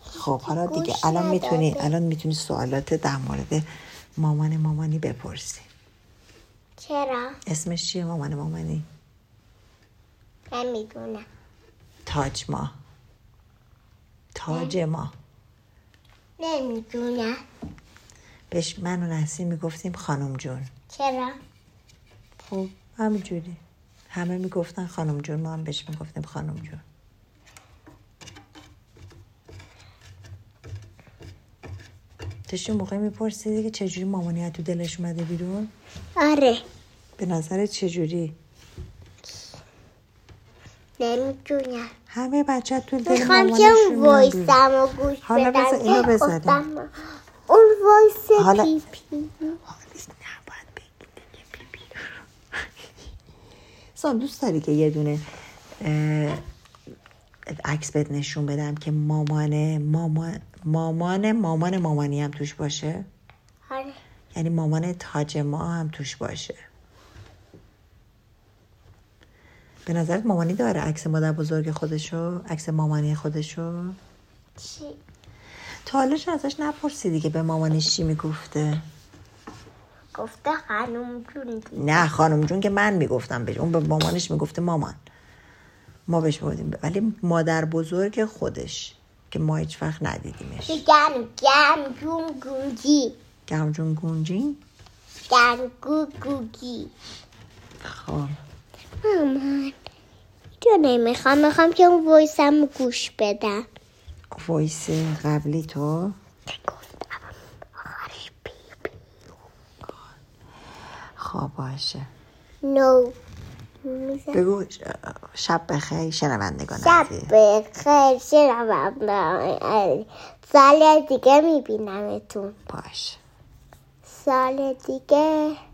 خب حالا دیگه گوش الان میتونی نداده. الان میتونی سوالات در مورد مامان مامانی بپرسی چرا اسمش چیه مامان مامانی نمیدونم تاج ما تاج ما نمیدونم بهش من و نسیم میگفتیم خانم جون چرا خب همینجوری همه میگفتن خانم جون ما هم بهش میگفتیم خانم جون داشتی اون موقع میپرسیدی که چجوری مامانی از تو دلش اومده بیرون آره به نظر چجوری نمیدونم همه بچه از تو دل میخوام که مامانشون میان اون بیرون. وایسم و گوش حالا بدم بذار اینو که بذاریم. گفتم اون وایس حالا- پی پی آلیس نباید بگی دیگه پی پی. سام دوست داری که یه دونه اه، عکس بهت نشون بدم که مامانه مامان مامان مامان مامانی هم توش باشه آره یعنی مامان تاج ما هم توش باشه به نظرت مامانی داره عکس مادر بزرگ خودشو عکس مامانی خودشو چی تا حالا چرا ازش نپرسیدی که به مامانش چی میگفته گفته خانم جون نه خانم جون که من میگفتم بهش اون به مامانش میگفته مامان ما بهش بودیم ولی مادر بزرگ خودش که ما هیچ وقت ندیدیمش گن گن گون گونگی گم جون گونجین گن گو گوگی خب مامان تو نمیخوام میخوام که اون وایسم رو گوش بدم وایس قبلی تو خب باشه نو بگو ش- شب بخیر شنوندگان شب عزیز بخیر شنوم سال دیگه میبینمتون باش سال دیگه